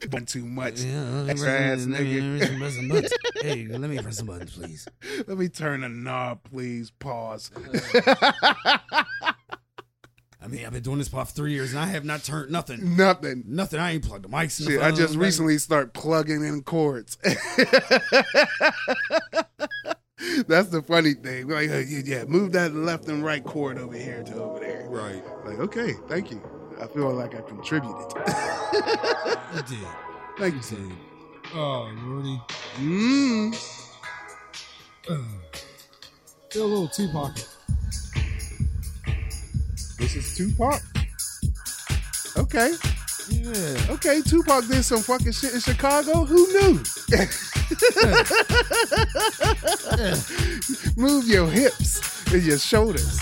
bumping too much. Yeah, let me Extra ass press- let me- nigga. let me press some buttons. Hey, let me press some buttons, please. Let me turn a knob, please. Pause. I mean, I've been doing this for three years, and I have not turned nothing. Nothing. Nothing. I ain't plugged the mics. in the Shit, I phone, just nothing. recently start plugging in chords. That's the funny thing. We're Like, uh, yeah, yeah, move that left and right chord over here to over there. Right. Like, okay, thank you. I feel like I contributed. You did. thank you, You sir. did. Oh, Lordy. Mm. Still a little Tupac. This is Tupac. Okay, Yeah. okay. Tupac did some fucking shit in Chicago. Who knew? move your hips and your shoulders.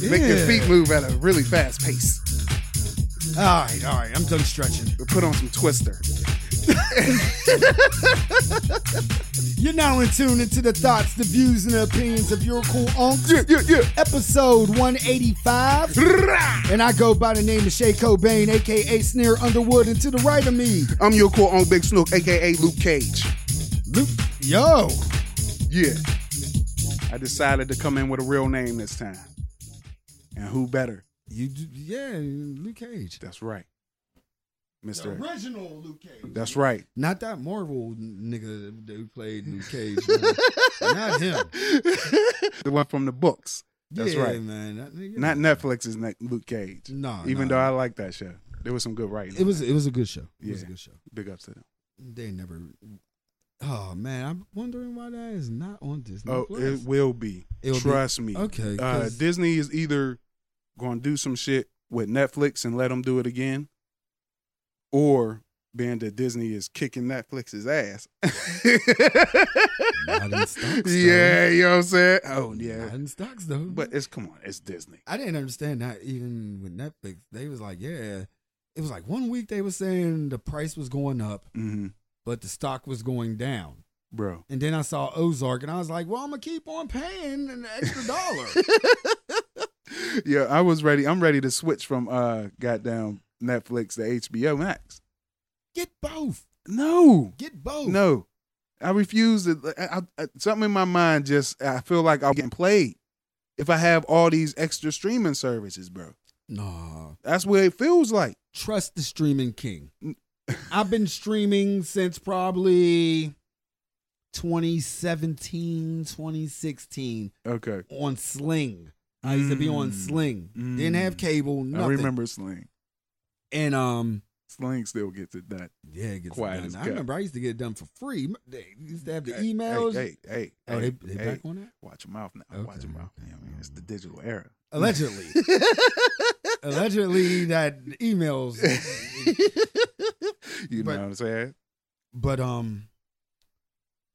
Make your Yeah. feet move at a really fast pace. All right, all right. I'm done stretching. But put on some Twister. You're now in tune into the thoughts, the views, and the opinions of your cool uncle. Yeah, yeah, yeah. Episode 185. Rah! And I go by the name of Shay Cobain, aka Snare Underwood, and to the right of me, I'm your core on Big Snook, aka Luke Cage. Luke. Yo. Yeah. I decided to come in with a real name this time. And who better? You, d- yeah, Luke Cage. That's right. Mr. original Luke Cage. That's right. Not that Marvel nigga that played Luke Cage. man. Not him. the one from the books. That's yeah, right. man. That nigga- Not Netflix's ne- Luke Cage. No, Even no. though I like that show. There was some good writing. It was. It was a good show. It was a Yeah. good show. Big ups to them. They never. Oh man, I'm wondering why that is not on Disney. Oh, Plus. it will be. It'll be- Trust me. okay. uh, 'cause- Disney is either going to do some shit with Netflix and let them do it again, or being that Disney is kicking Netflix's ass. Not in stocks, though. yeah, you know what I'm saying? Oh, Not yeah. in stocks though. But it's, come on, it's Disney. I didn't understand that even with Netflix. They was like, yeah, it was like one week they were saying the price was going up, Mm-hmm. but the stock was going down. Bro. And then I saw Ozark, and I was like, well, I'm gonna keep on paying an extra dollar. Yeah, I was ready. I'm ready to switch from uh goddamn Netflix to HBO Max. Get both. No. Get both. No, I refuse to. I, I- I- something in my mind just I feel like I'm getting played if I have all these extra streaming services, bro. Nah. That's what it feels like. Trust the streaming king. I've been streaming since probably 2017, 2016 Okay, on Sling. I used to be on Mm. Sling. Mm. Didn't have cable, nothing. I remember Sling. And um, Sling still gets it done. Yeah, it gets Quiet it as done. I cut. remember I used to get it done for free. M- They used to have the emails. Hey, hey, hey, oh, hey, they, they hey. back on that? Watch your mouth now. Watch Okay, your mouth. Mm. okay. I mean, it's the digital era. Allegedly. Allegedly that emails. you know But- what I'm saying? But um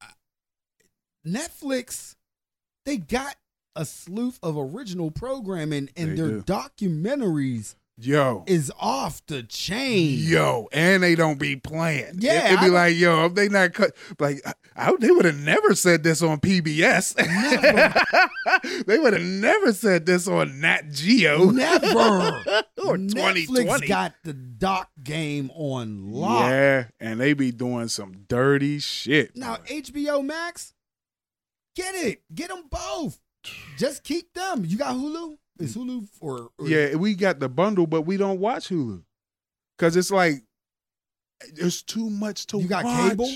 I- Netflix, they got a slew of original programming and They their do. documentaries Yo. is off the chain. Yo, and they don't be playing. Yeah, it'd I be don't- like, yo, if they not cut, like, I, I- they would have never said this on PBS. they would have never said this on Nat Geo Never. Oh. or twenty Netflix twenty. got the doc game on lock. Yeah, and they be doing some dirty shit. Now bro. HBO Max, get it, get them both. Just keep them. You got Hulu? Is Hulu or, or yeah, we got the bundle, but we don't watch Hulu because it's like there's too much to You got watch. cable?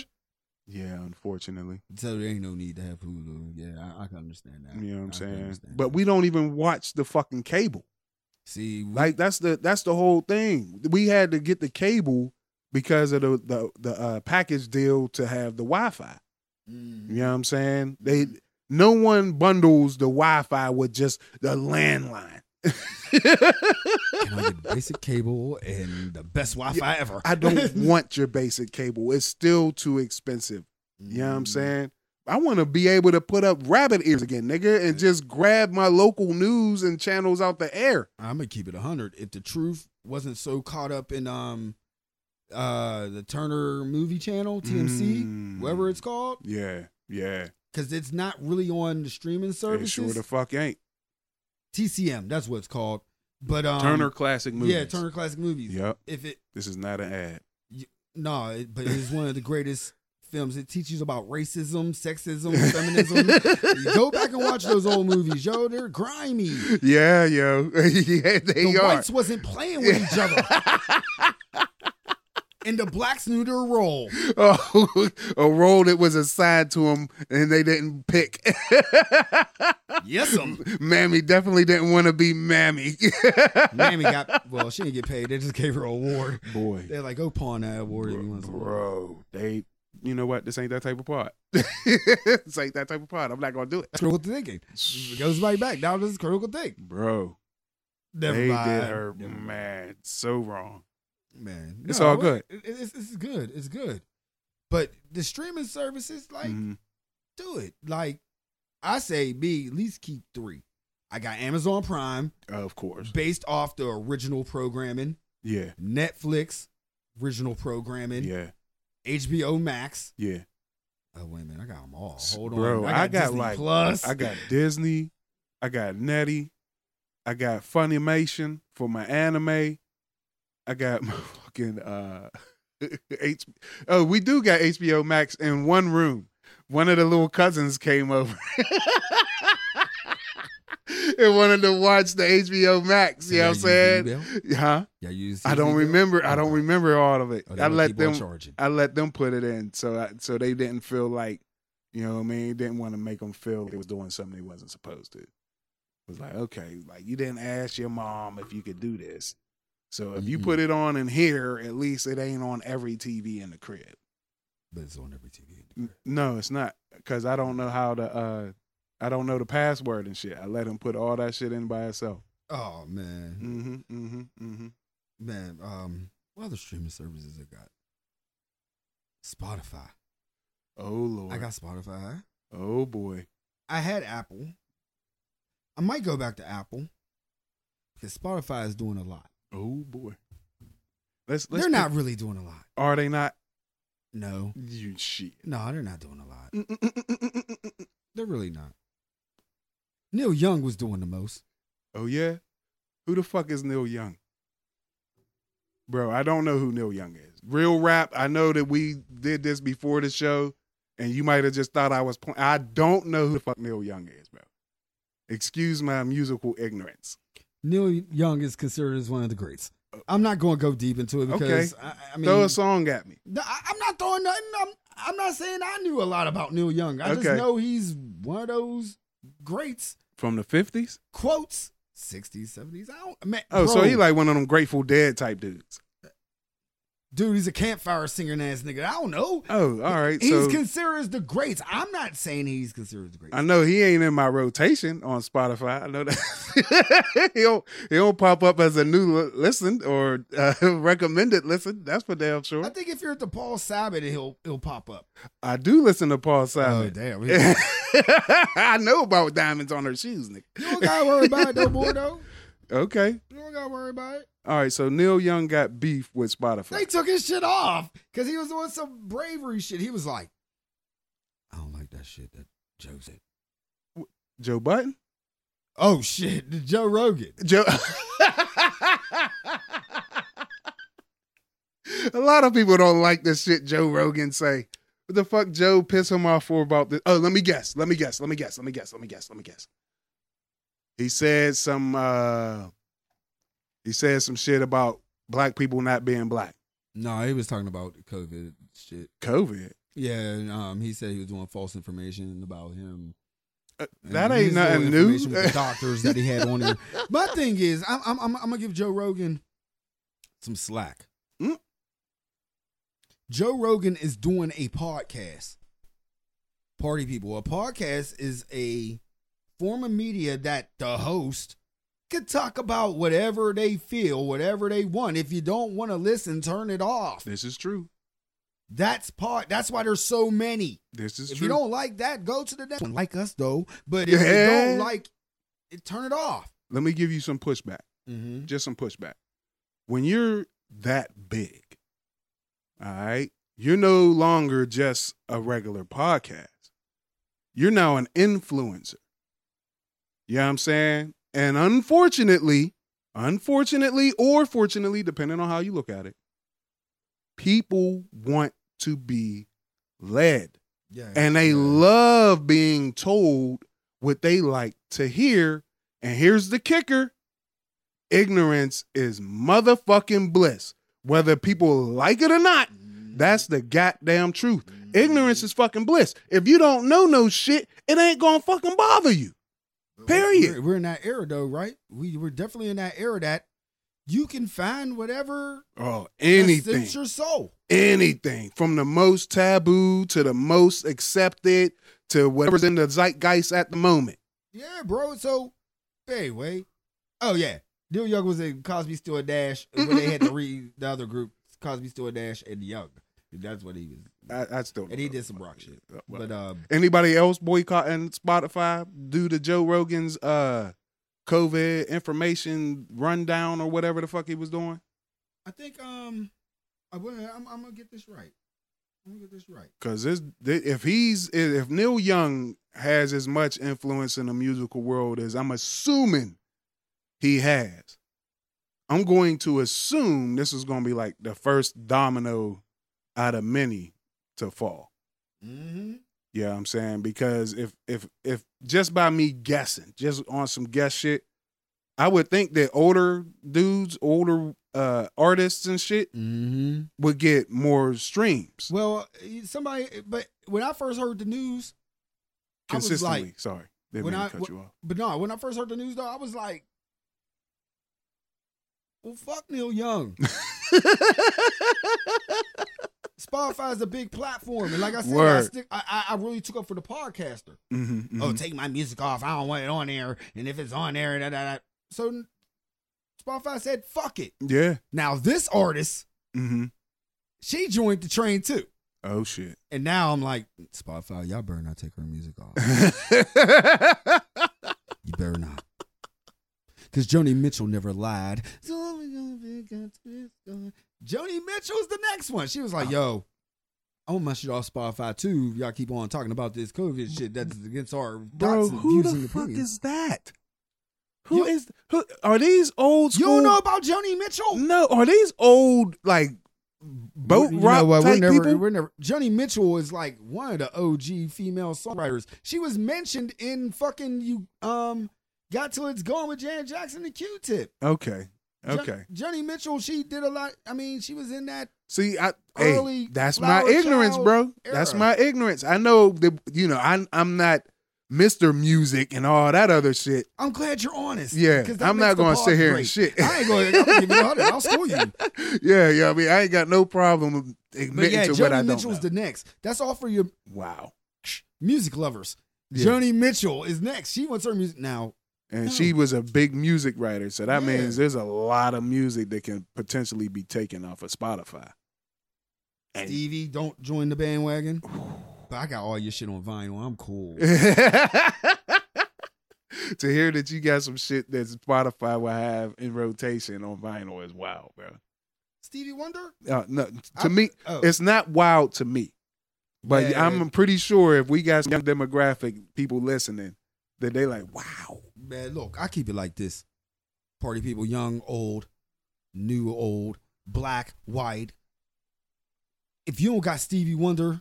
Yeah, unfortunately. So there ain't no need to have Hulu. Yeah, I, I can understand that. You know what I I'm can saying? understand But that. we don't even watch the fucking cable. see, we, Like that's the that's the whole thing. We had to get the cable because of the the, the uh, package deal to have the Wi-Fi. mm, You know what I'm saying? They no one bundles the Wi-Fi with just the landline. can I get basic cable and the best Wi-Fi ever? I don't want your basic cable. It's still too expensive. You know what Mm. I'm saying? I want to be able to put up rabbit ears again, nigga, and just grab my local news and channels out the air. I'm gonna keep it hundred. If the truth wasn't so caught up in um, uh, the Turner Movie Channel (TMC), Mm. whatever it's called, Yeah, yeah. because it's not really on the streaming It services. sure the fuck ain't. TCM, that's what it's called. But um, Turner Classic Movies. yeah, Turner Classic Movies. Yep. If it, This is not an ad. No, it, but it's one of the greatest films. It teaches about racism, sexism, feminism. You go back and watch those old movies, yo. They're grimy. Yeah, yo. yeah, they the are. whites wasn't playing with each other. and the blacks knew their role. Oh, a role that was assigned to them and they didn't pick. Yes, um. Mammy definitely didn't want to be Mammy. Mammy got well. She didn't get paid. They just gave her an award. Boy. They're like, go pawn that award. if you want some." Bro, they, you know what? This ain't that type of part. this ain't that type of part. I'm not going to do That's critical thinking. It it. goes right back. Now this is critical think. Bro, Never they mind. did her, Never mind. man, so wrong. man. It's all good. It, it- it's, it's good. It's good. But the streaming services, like, Mhm. do it. Like, I say, me at least keep three. I got Amazon Prime, Of course. based off the original programming. Yeah. Netflix, original programming. Yeah. HBO Max. Yeah. Oh wait a minute, I got them all. S- Hold bro, on, I got, Disney like- Plus. I got Disney. I got Netty. I got Funimation for my anime. I got my fucking uh H- Oh, we do got HBO Max in one room. One of the little cousins came over. and wanted to watch the HBO Max, you know what I'm saying? Huh? Yeah, use. I don't remember I don't remember all of it. Oh, I let them charging. I let them put it in, so I, so they didn't feel like, you know, what I mean, didn't want to make them feel they was doing something they wasn't supposed to. It was like, okay, like you didn't ask your mom if you could do this, so if you Mm-mm. put it on in here, at least it ain't on every TV in the crib. But it's on every TV. N- No, it's not, cause I don't know how to. uh I don't know the password and shit. I let him put all that shit in by itself. Oh man, Mm-hmm, mm-hmm, mm-hmm. man. Um, what other streaming services I got? Spotify. Oh lord. I got Spotify. oh boy. I had Apple. I might go back to Apple because Spotify is doing a lot. Oh boy. Let's. let's They're pick- not really doing a lot. Are they not? No, You shit. no, they're not doing a lot. Mm-mm-mm-mm-mm-mm-mm. They're really not. Neil Young was doing the most. Oh yeah, who the fuck is Neil Young? Bro, I don't know who Neil Young is. Real rap. I know that we did this before the show, and you might have just thought I was playing. I don't know who the fuck Neil Young is, bro. Excuse my musical ignorance. Neil Young is considered as one of the greats. I'm not going to go deep into it because I, I mean, Throw a song at me. No, I, am not throwing nothing. I'm, I'm not saying I knew a lot about Neil Young. I Okay. just know he's one of those greats. From the fifties? Quotes, 60s, 70s. I don't. Man, Oh, so bro, he like one of them Grateful Dead type dudes. dude, he's a campfire singing ass nigga. I don't know. Oh, all right. He's so considered as the greats. I'm not saying he's considered the greats. I know he ain't in my rotation on Spotify. I know that he don't he don't pop up as a new li- listen or uh, recommended listen. That's for damn I sure. think if you're at the Paul Sabbath, he'll he'll pop up. I do listen to Paul Oh Simon. damn! You I know about diamonds on her shoes, nigga. don't gotta worry about it no more though. Okay, You don't gotta worry about it. all right. So Neil Young got beef with They Spotify. took his shit off because he was doing some bravery shit. He was like, I don't like that shit that Joe said. Joe Button. Oh shit, Joe Rogan. Joe. A lot of people don't like this shit Joe Rogan say. What the fuck Joe piss him off for about this? Oh, let me guess. Let me guess. Let me guess. Let me guess. Let me guess. Let me guess. He said some uh he said some shit about black people not being black. No, he was talking about COVID shit. COVID. Yeah, and, um, he said he was doing false information about him. Uh, And that he ain't was doing nothing information new. With the doctors that he had on there. My thing is, I'm I'm I'm, I'm gonna give Joe Rogan some slack. Mm. Joe Rogan is doing a podcast. Party people, a podcast is a form of media that the host could talk about whatever they feel, whatever they want. If you don't want to listen, turn it off. This is true. That's part. That's why there's so many This is if true. you don't like that, go to the next one. Like us though, but if you Yeah. don't like it, turn it off. Let me give you some pushback. Mm-hmm. just some pushback. When you're that big, all right, you're no longer just a regular podcast. You're now an influencer. You know what I'm saying? And unfortunately, unfortunately or fortunately, depending on how you look at it, people want to be led Yeah. and they yeah. love being told what they like to hear. And here's the kicker ignorance is motherfucking bliss. Whether people like it or not, Mm-hmm. that's the goddamn truth. Ignorance is fucking bliss. If you don't know no shit, it ain't gonna fucking bother you. period. We're, we're in that era though, right? We we're definitely in that era that you can find whatever Oh, that anything. suits your soul. anything from the most taboo to the most accepted to whatever's in the zeitgeist at the moment. Yeah, bro. So anyway, oh yeah, Neil Young was in Cosby, Still a Dash when they had to read the other group, Cosby, Still a Dash, and Young. That's what he was, I, I still and he did some rock shit. But um, Anybody else boycotting Spotify due to Joe Rogan's uh COVID information rundown or whatever the fuck he was doing? I think um, I wouldn't, I'm, I'm gonna get this right. I'm gonna get this right. Cause this, th- if he's if Neil Young has as much influence in the musical world as I'm assuming he has, I'm going to assume this is going to be like the first domino out of many to fall. Mm-hmm. Yeah, I'm saying because if if if just by me guessing, just on some guess shit, I would think that older dudes, older uh artists and shit Mm-hmm. would get more streams Well, eh, somebody, but when I first heard the news, I was consistently. like- Sorry, didn't when mean to I- cut when- you off. But no, when I first heard the news though, I was like, "Well, fuck Neil Young." Spotify is a big platform, and like I said, I, Word. stick, I, I- I really took up for the podcaster. hmm Oh, take my music off. I don't want it on there, and if it's on there, da, da, da. so Spotify said, "Fuck it." yeah. Now this artist, hmm she joined the train too, Oh shit. and now I'm like, Spotify, y'all better not take her music off. You better not. Because Joni Mitchell never lied. So we gonna pick up this gun. Joni Mitchell's the next one. She was Ah. like, yo, I want my shit off Spotify too. Y'all keep on talking about this COVID shit that's against our Bro, rights and who views the and fuck opinions." is that? Who You- is who? Are these old You school? don't know about Joni Mitchell? No, are these old like boat You know rock what, type we're never, people? We're never. Joni Mitchell is like one of the OG female songwriters. She was mentioned in fucking you um got till it's gone with Janet Jackson and Q-Tip. Okay, Jon- okay. Joni Mitchell, she did a lot. I mean, she was in that. See, I Early hey, that's my flower ignorance, child bro. That's era. my ignorance. I know that you know I I'm not Mister Music and all that other shit. I'm glad you're honest. Yeah, 'cause that I'm makes not the going to pod sit here great. and shit. I ain't going. I'm gonna give you a hundred. I'll school you. But yeah, yeah. I mean, I ain't got no problem with admitting yeah, to Joni what I don't Mitchell's know. the next. That's all for your wow. music lovers. Yeah. Joni Mitchell is next. She wants her music now. And No. she was a big music writer, so that Yeah. means there's a lot of music that can potentially be taken off of Spotify. And- Stevie, don't join the bandwagon. But I got all your shit on vinyl. I'm cool. to hear that you got some shit that Spotify will have in rotation on vinyl is wild, bro. Stevie Wonder. Uh, no, to I- me, Oh, it's not wild to me. But Yeah, I'm pretty sure if we got some young demographic people listening, that they like, wow. man, look, I keep it like this. Party people, young, old, new, old, black, white. If you don't got Stevie Wonder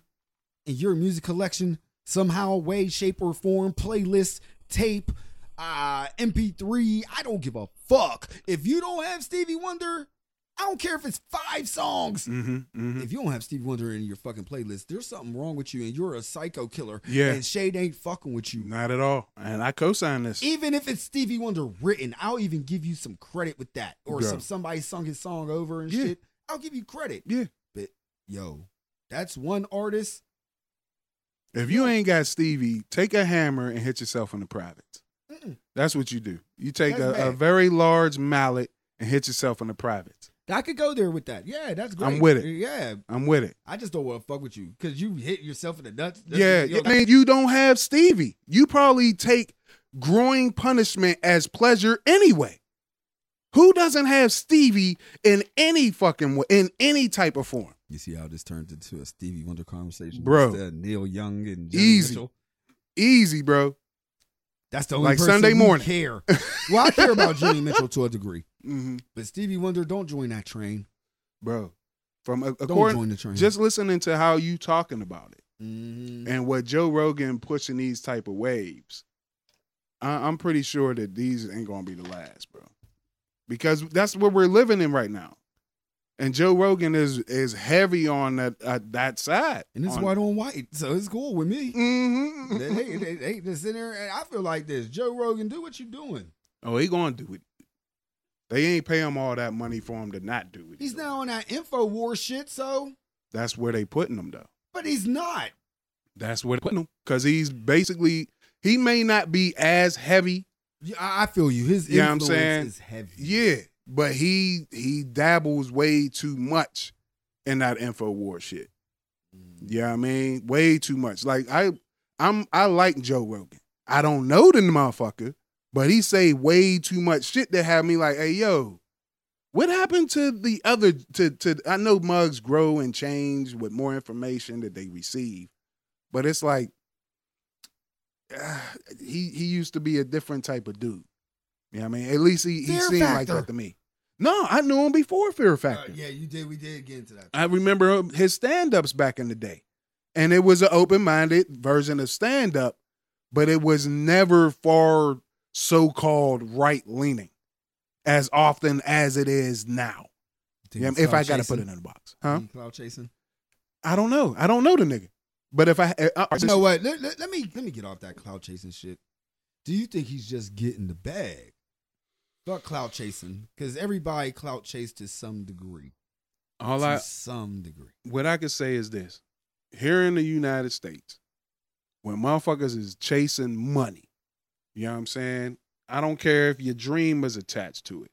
in your music collection, somehow, way, shape, or form, playlist, tape, uh, MP3, I don't give a fuck. If you don't have Stevie Wonder, I don't care if it's five songs. Mm-hmm, If you don't have Stevie Wonder in your fucking playlist, there's something wrong with you and you're a psycho killer. Yeah. And Shade ain't fucking with you Not at all. And I co sign this. even if it's Stevie Wonder written, I'll even give you some credit with that. Or Yeah. some somebody sung his song over and Yeah. shit. I'll give you credit. Yeah. But yo, that's one artist. If you ain't got Stevie, take a hammer and hit yourself in the privates. Mm-mm. That's what you do. You take That's a, a bad. very large mallet and hit yourself in the privates. I could go there with that. Yeah, that's great. I'm with it. Yeah. I'm with it. I just don't want to fuck with you because you hit yourself in the nuts. That's- yeah, yo, yeah, man, you don't have Stevie. You probably take growing punishment as pleasure anyway. Who doesn't have Stevie in any fucking way, in any type of form? You see how this turned into a Stevie Wonder conversation? Bro. Instead of Neil Young and Joni Easy. Mitchell? Easy, bro. That's the only Like person Sunday who morning. care. well, I care about Joni Mitchell to a degree, hmm but Stevie Wonder, don't join that train. Bro, From a- Don't according, join the train. just listening to how you talking about it Mhm. and what Joe Rogan pushing these type of waves, I, I'm pretty sure that these ain't gonna be the last, bro, because that's what we're living in right now. And Joe Rogan is is heavy on that uh, that side, and it's white on white, so it's cool with me. hmm they, they, they, they just in there, and I feel like this. Joe Rogan, do what you doing. Oh, he gonna do it. They ain't pay him all that money for him to not do it. He's either. now on that info war shit, so, That's where they putting him though. but he's not. That's where they putting him because he's basically he may not be as heavy. Yeah, I I feel you. His You know what I'm influence saying? is heavy. Yeah, but he he dabbles way too much in that info war shit. Yeah, I mean, way too much. Like I, I'm I like Joe Rogan. I don't know the motherfucker, but he say way too much shit that have me like, hey yo, what happened to the other? To to I know mugs grow and change with more information that they receive, but it's like ah, he he used to be a different type of dude. You know what I mean? At least he, he Fear seemed like Factor. that to me. No, I knew him before Fear Uh, Factor. yeah, you did. We did get into that. I remember his stand ups back in the day. And it was an open minded version of stand up, but it was never far so called right leaning as often as it is now. Think Yeah, he's if clout I got to chasing? put it in the box. Huh? Think he's Clout chasing. I don't know. I don't know the nigga. But if I. Uh, You know what? Let, let- let me let me get off that cloud chasing shit. Do you think he's just getting the bag? Fuck cloud chasing, because everybody cloud chased to some degree. all to I, some degree. what I could say is this here in the United States, when motherfuckers is chasing money, you know what I'm saying? I don't care if your dream is attached to it.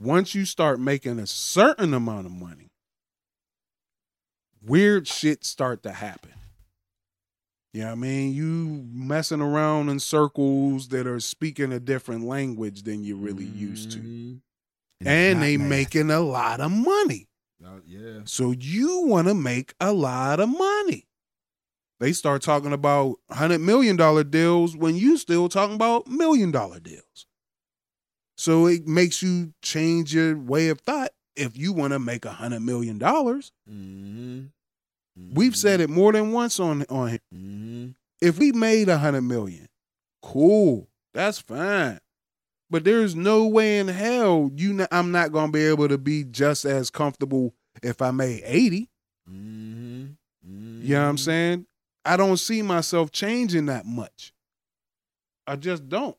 Once you start making a certain amount of money, weird shit start to happen. You know what I mean? You messing around in circles that are speaking a different language than you're really used to. Mhm. And not they math. making a lot of money. Uh, yeah. So you want to make a lot of money. They start talking about hundred million dollar deals when you still talking about million dollar deals. So it makes you change your way of thought if you want to make a hundred million dollars. Mm-hmm. We've said it more than once on on here. Mm-hmm. If we made a hundred million, cool, that's fine. But there's no way in hell you not, I'm not gonna be able to be just as comfortable if I made eighty. Mm-hmm. You know what I'm saying? I don't see myself changing that much. I just don't.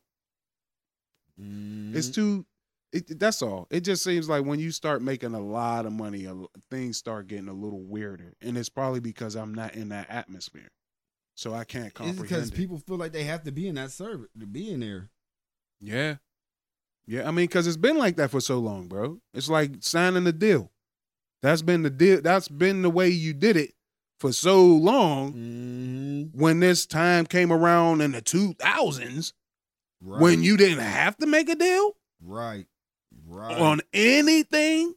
Mm-hmm. It's too. It, that's all. It just seems like when you start making a lot of money, a l- things start getting a little weirder, and it's probably because I'm not in that atmosphere, so I can't It's because comprehend. it. people feel like they have to be in that service to be in there. Yeah. Yeah, I mean, because it's been like that for so long, bro. It's like signing the deal. That's been the deal. That's been the way you did it for so long. Mm-hmm. When this time came around in the two thousands, Right. when you didn't have to make a deal right, right on anything.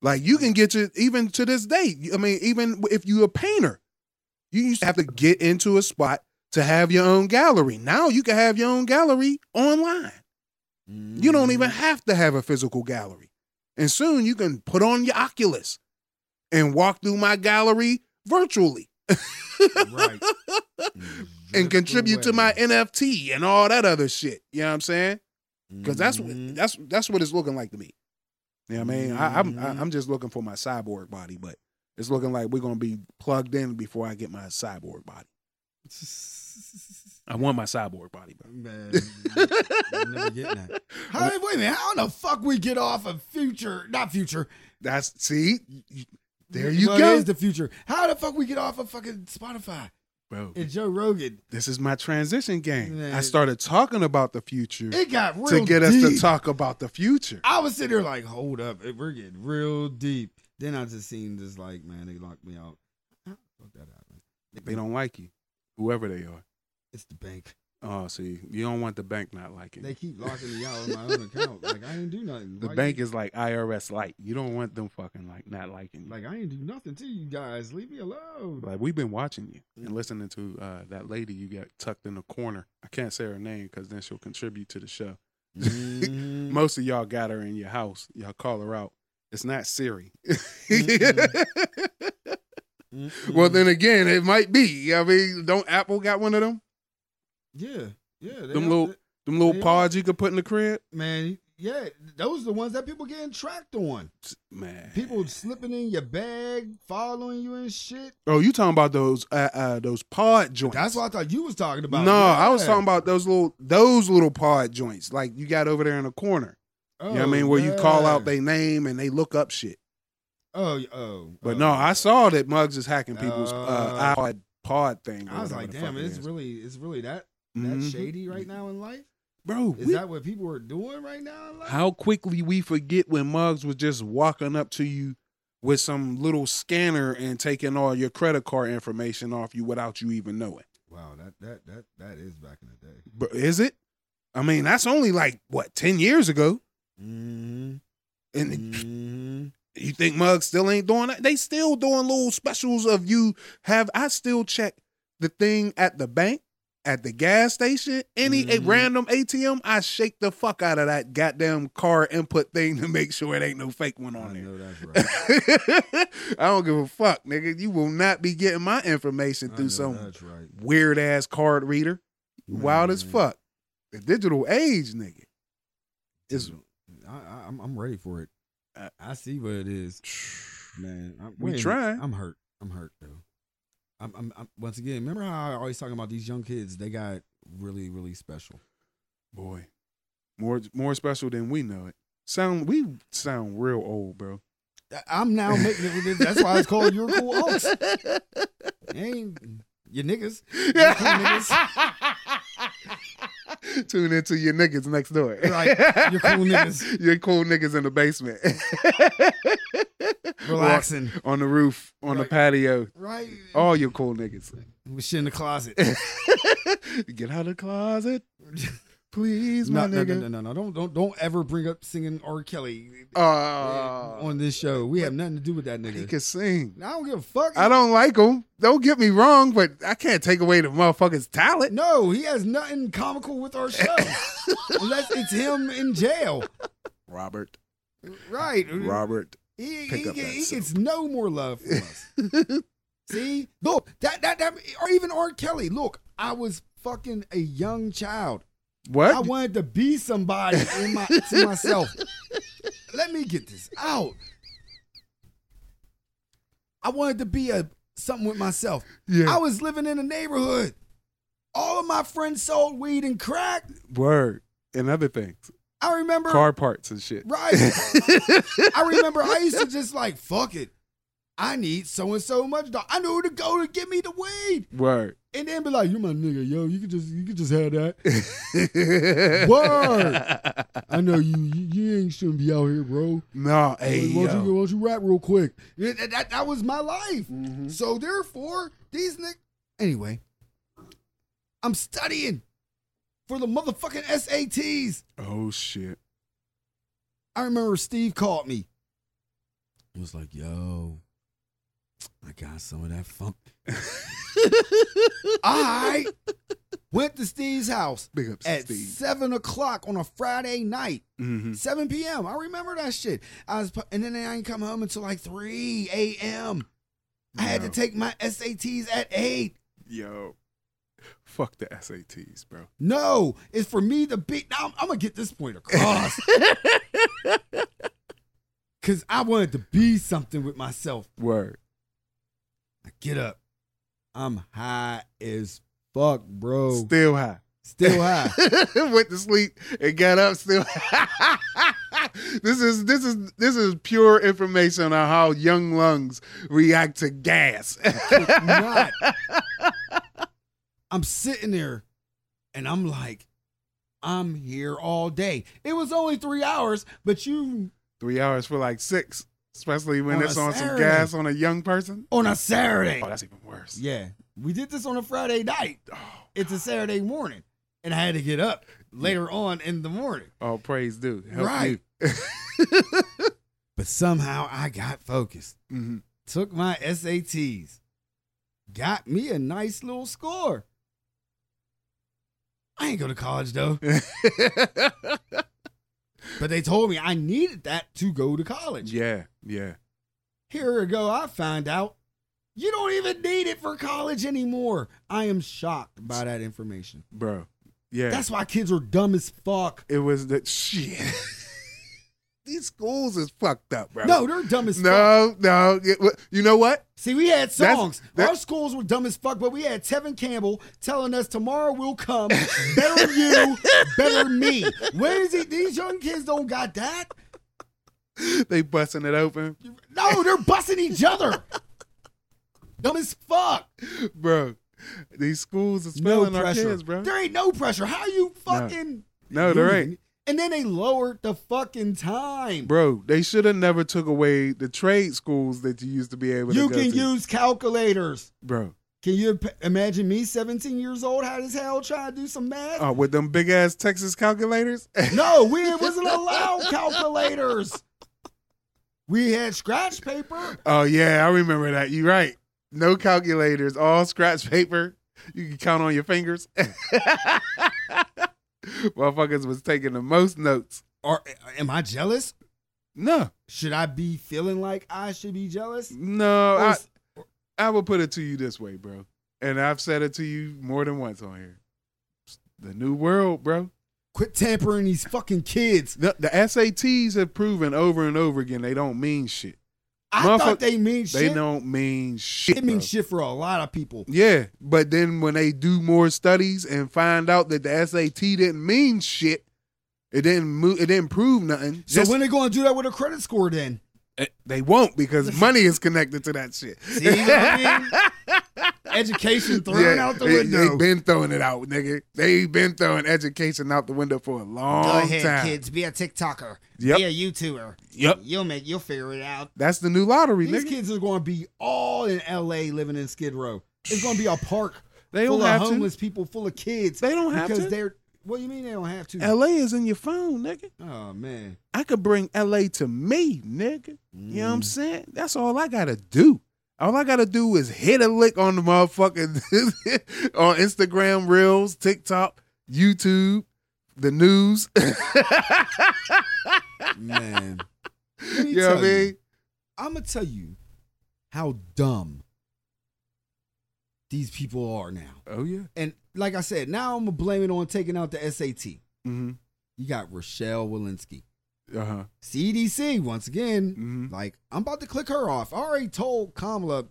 Like you can get to even to this day. I mean, even if you're a painter, you used to have to get into a spot to have your own gallery. Now you can have your own gallery online. You don't even Mm-hmm. have to have a physical gallery. And soon you can put on your Oculus and walk through my gallery virtually Mm-hmm. right. and contribute to my NFT and all that other shit. You know what I'm saying? because that's Mm-hmm. what that's that's what it's looking like to me. You know what I mean? I, I'm I- Mhm. I'm just looking for my cyborg body, but it's looking like we're gonna be plugged in before I get my cyborg body. I want my cyborg body, bro. man. I'm never getting that. How, wait a minute, how the fuck we get off of future? Not future. That's see, there you well, go, It is the future. How the fuck we get off of fucking Spotify bro. and Joe Rogan? This is my transition game. I Man. started talking about the future It got real to get us to deep. talk about the future. I was sitting there like, hold up, we're getting real deep. Then I just seen this like, man, they locked me out. How the fuck that happened? They don't like you, whoever they are. It's the bank. Oh, see, you don't want the bank not liking. They you. keep locking me out on my own account. Like I didn't do nothing. The Why bank you- is like IRS light. You don't want them fucking like not liking you. like I didn't do nothing to you guys. Leave me alone. Like we've been watching you and listening to uh, that lady you got tucked in the corner. I can't say her name because then she'll contribute to the show. Mhm. Most of y'all got her in your house. Y'all call her out. It's not Siri. Mm-mm. Mm-hmm. well, then again, it might be. I mean, don't Apple got one of them? yeah, yeah, they Them have little- that- Them little Yeah. pods you could put in the crib? man. Yeah, those are the ones that people getting tracked on. Man. People slipping in your bag, following you and shit. Oh, you talking about those uh, uh those pod joints? That's what I thought you was talking about. No, I was Yeah. talking about those little those little pod joints like you got over there in the corner. Oh, you know what I mean? Where you call out yeah. their name and they look up shit. Oh, y- oh. But oh. no, I saw that Muggs is hacking people's Uh, uh, iPod pod thing. or I was whatever like, the damn, fuck it it's is. really, it's really that that Mhm. shady right now in life. Bro, Is we- that what people are doing right now in life? how quickly we forget when Muggs was just walking up to you with some little scanner and taking all your credit card information off you without you even knowing. Wow, that that that that is back in the day. But is it? I mean, that's only like what ten years ago, Mm-hmm. and You think mugs still ain't doing that? They still doing little specials of you have I still check the thing at the bank, at the gas station, any a Mhm. random ATM, I shake the fuck out of that goddamn car input thing to make sure it ain't no fake one I on there. know that's right. I don't give a fuck, nigga. You will not be getting my information I through know some That's right. weird ass card reader. You Wild as Man. fuck. The digital age, nigga. Is Dude, Mm-hmm. I, I, I'm I'm ready for it. Uh, I see what it is, man. I'm, We wait a minute. trying. I'm hurt. I'm hurt though. I'm, I'm, I'm once again. Remember how I always talking about these young kids? They got really really special. Boy, more more special than we know it. Sound we sound real old, bro. I- I'm now making it. That's why it's called your cool oats. Ain't you niggas? Tune into your niggas next door. Right, your cool niggas. Your cool niggas in the basement. Relaxing, Or on the roof, on the Right. patio. right? All your cool niggas. we shit in the closet. Get out of the closet, please, No, my no, nigga. no, no, no, no! Don't, don't, don't ever bring up singing R. Kelly eh, Oh, on this show. We have nothing to do with that he nigga. can sing. I don't give a fuck. I don't like him. Don't get me wrong, but I can't take away the motherfucker's talent. No, he has nothing comical with our show. Unless it's him in jail. Robert, Right. Robert. He, pick he, up get- that he soap. gets no more love from us. See? Look, that, that, that, or even R. Kelly. Look, I was fucking a young child. I What? wanted to be somebody in my, to myself. Let me get this out. I wanted to be a something with myself. yeah. I was living in a neighborhood. All of my friends sold weed and crack. Word and other things, I remember, car parts and shit. right? I remember I used to just like, fuck it. I need so and so much. dog. I knew who to go to get me the weed, Word. and then be like, "You my nigga, yo. You can just, you can just have that." Word. I know you, you, you ain't shouldn't be out here, bro. No, hey, why, don't you, yo. why don't you rap real quick? Yeah, That, that, that was my life. Mhm. So therefore, these niggas. Anyway, I'm studying for the motherfucking SATs. Oh shit. I remember Steve called me. He was like, yo, I got some of that funk. I went to Steve's house Big up at Steve. 7 o'clock on a Friday night, Mhm. 7 p.m. I remember that shit. I was, pu- And then I didn't come home until like 3 a.m. I had to Yo. take my SATs at 8. Yo. Fuck the SATs, bro. No, it's for me to be. Now I'm, I'm gonna get this point across. Cause I wanted to be something with myself. Word. I get up. I'm high as fuck, bro. Still, Still high. high. Oh. Went to sleep and got up still. this is this is this is pure information on how young lungs react to gas. Not. I'm sitting there and I'm like, I'm here all day. It was only three hours, but you Three hours for like six, especially when On a it's on some Saturday. gas on a young person. on a Saturday. Oh, that's even worse. Yeah. We did this on a Friday night. Oh, It's a Saturday morning. And I had to get up later on in the morning. all oh, praise due. Help Right. you. But somehow I got focused. Mhm. Took my SATs. Got me a nice little score. Mm-hmm. I ain't go to college though. But they told me I needed that to go to college. Yeah, yeah. Here we go. I find out you don't even need it for college anymore. I am shocked by that information. Bro. Yeah. That's why kids are dumb as fuck. it was the shit. These schools is fucked up, bro. No, they're dumb as fuck. no, no. It wa- You know what? See, we had That's- songs. that- Our schools were dumb as fuck, but we had Tevin Campbell telling us tomorrow will come. Better you, better me. Where is he? These young kids don't got that. They busting it open, No, they're busting each other. Dumb as fuck. bro. These schools is No failing our pressure. kids, bro. There ain't no pressure. How you fucking? No, there ain't, And then they lowered the fucking time. bro. They should have never took away the trade schools that you used to be able you to go can to, use calculators. bro. Can you p- imagine me, 17 years old, how this hell try to do some math? Oh, with them big ass Texas calculators. No, we wasn't allowed calculators. We had scratch paper. oh yeah, I remember that. You right. No calculators, all scratch paper. You can count on your fingers. Motherfuckers was taking the most notes. Or uh, am I jealous? No, Should I be feeling like I should be jealous? no. Or I, s- I will put it to you this way, bro. And I've said it to you more than once on here. The new world, bro. quit tampering these fucking kids. The, the SATs have proven over and over again they don't mean shit. I thought Motherfuck- they mean They shit. don't mean shit. it means bro. shit for a lot of people. Yeah, but then when they do more studies and find out that the SAT didn't mean shit, it didn't move, it didn't prove nothing. So just- when they going to do that with a credit score then? they won't because money is connected to that shit. See what I mean? Education thrown Yeah, out the they- window. They been throwing it out, nigga. They been throwing education out the window for a long time. Be a TikToker. Yep. a YouTuber. Yep. You'll make. You'll figure it out. That's the new lottery, These nigga. kids are going to be all in L.A. living in Skid Row. It's going to be a park they full don't of have homeless people, full of kids. to. They don't have because to. they're. What do you mean they don't have to? LA is in your phone, nigga. oh man. I could bring LA to me, nigga. You know what I'm saying? That's all I gotta do. All I gotta do is hit a lick on the motherfucking on Instagram Reels, TikTok, YouTube, the news. man. you know what I mean? I'm gonna tell you how dumb these people are now. Oh yeah. And like I said, now I'm gonna blame it on taking out the SAT. Mm-hmm. You got Rochelle Walensky, Uh huh. CDC once again. hmm Like I'm about to click her off. I already told Kamala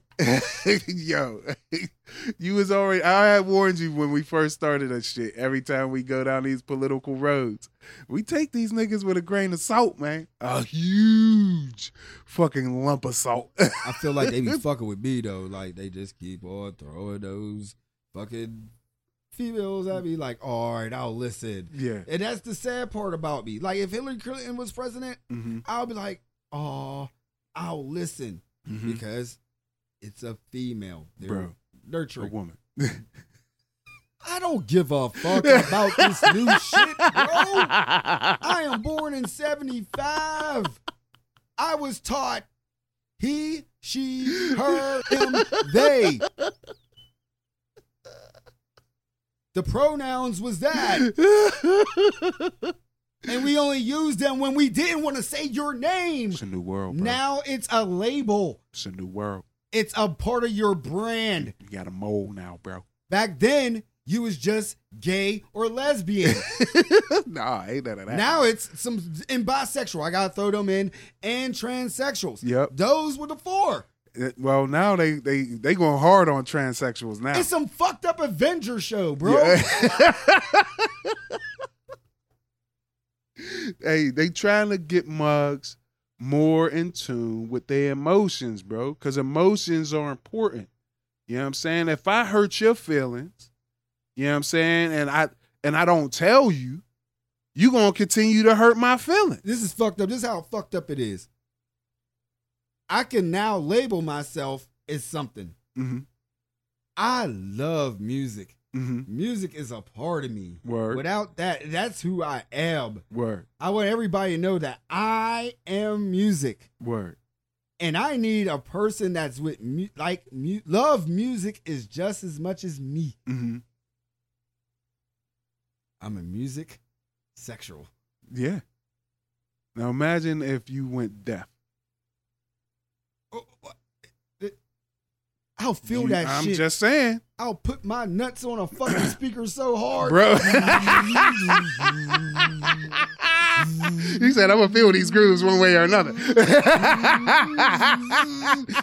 Yo, you was already. I had warned you when we first started that shit. Every time we go down these political roads, we take these niggas with a grain of salt, man. A huge fucking lump of salt. I feel like they be fucking with me though. Like they just keep on throwing those fucking females at me. Like, all right, I'll listen. yeah. And that's the sad part about me. Like if Hillary Clinton was president, Mm-hmm. I'll be like, oh, I'll listen because it's a female. They're Mm-hmm. Bro, a nurturing. woman. I don't give a fuck about this new shit, bro. I am born in 75. I was taught he, she, her, him, they. The pronouns was that. And we only used them when we didn't want to say your name. it's a new world, bro. Now it's a label, it's a new world. it's a part of your brand. You got a mold now, bro. Back then, you was just gay or lesbian. nah, ain't none of that. Now it's some and bisexual. I gotta throw them in and transsexuals. Yep. Those were the four. It- Well, now they they they going hard on transsexuals now. It's some fucked up Avenger show, bro. Yeah. hey, they trying to get mugs more in tune with their emotions, bro, because emotions are important. You know what I'm saying? If I hurt your feelings, you know what I'm saying, and I and I don't tell you, you gonna continue to hurt my feelings. This is fucked up. This is how fucked up it is. I can now label myself as something. Mm-hmm. I love music. Mm-hmm. Music is a part of me. Word. Without that, that's who I am. Word. I want everybody to know that I am music. Word. and I need a person that's with mu- like mu- love music is just as much as me. Mm-hmm. I'm a music sexual. Yeah. Now imagine if you went deaf. I'll feel You- that I'm shit. just saying, I'll put my nuts on a fucking speaker so hard. bro. he said, "I'm gonna feel these grooves one way or another."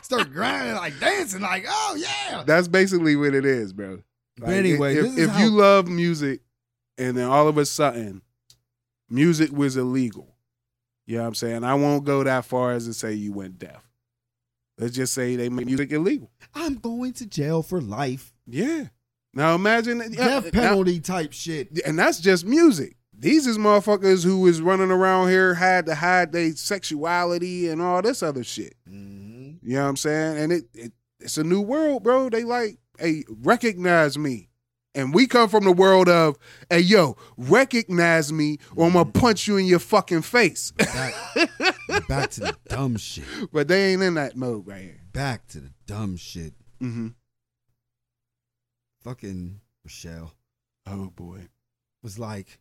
Start grinding like dancing, like oh yeah. That's basically what it is, bro. But Like, anyway, if, this is if how, you love music, and then all of a sudden, music was illegal. You know what I'm saying? I won't go that far as to say you went deaf. Let's just say they made music illegal. I'm going to jail for life, Yeah. Now imagine uh, death penalty type shit. and that's just music. These is motherfuckers who is running around here had to hide their sexuality and all this other shit. Mm-hmm. You know what I'm saying? And it, it it's a new world, bro. They like, hey, recognize me. And we come from the world of, hey, yo, recognize me or I'm gonna punch you in your fucking face. Back, back to the dumb shit. but they ain't in that mode right here. Back to the dumb shit. Mm-hmm. Fucking Michelle Oh boy. was like,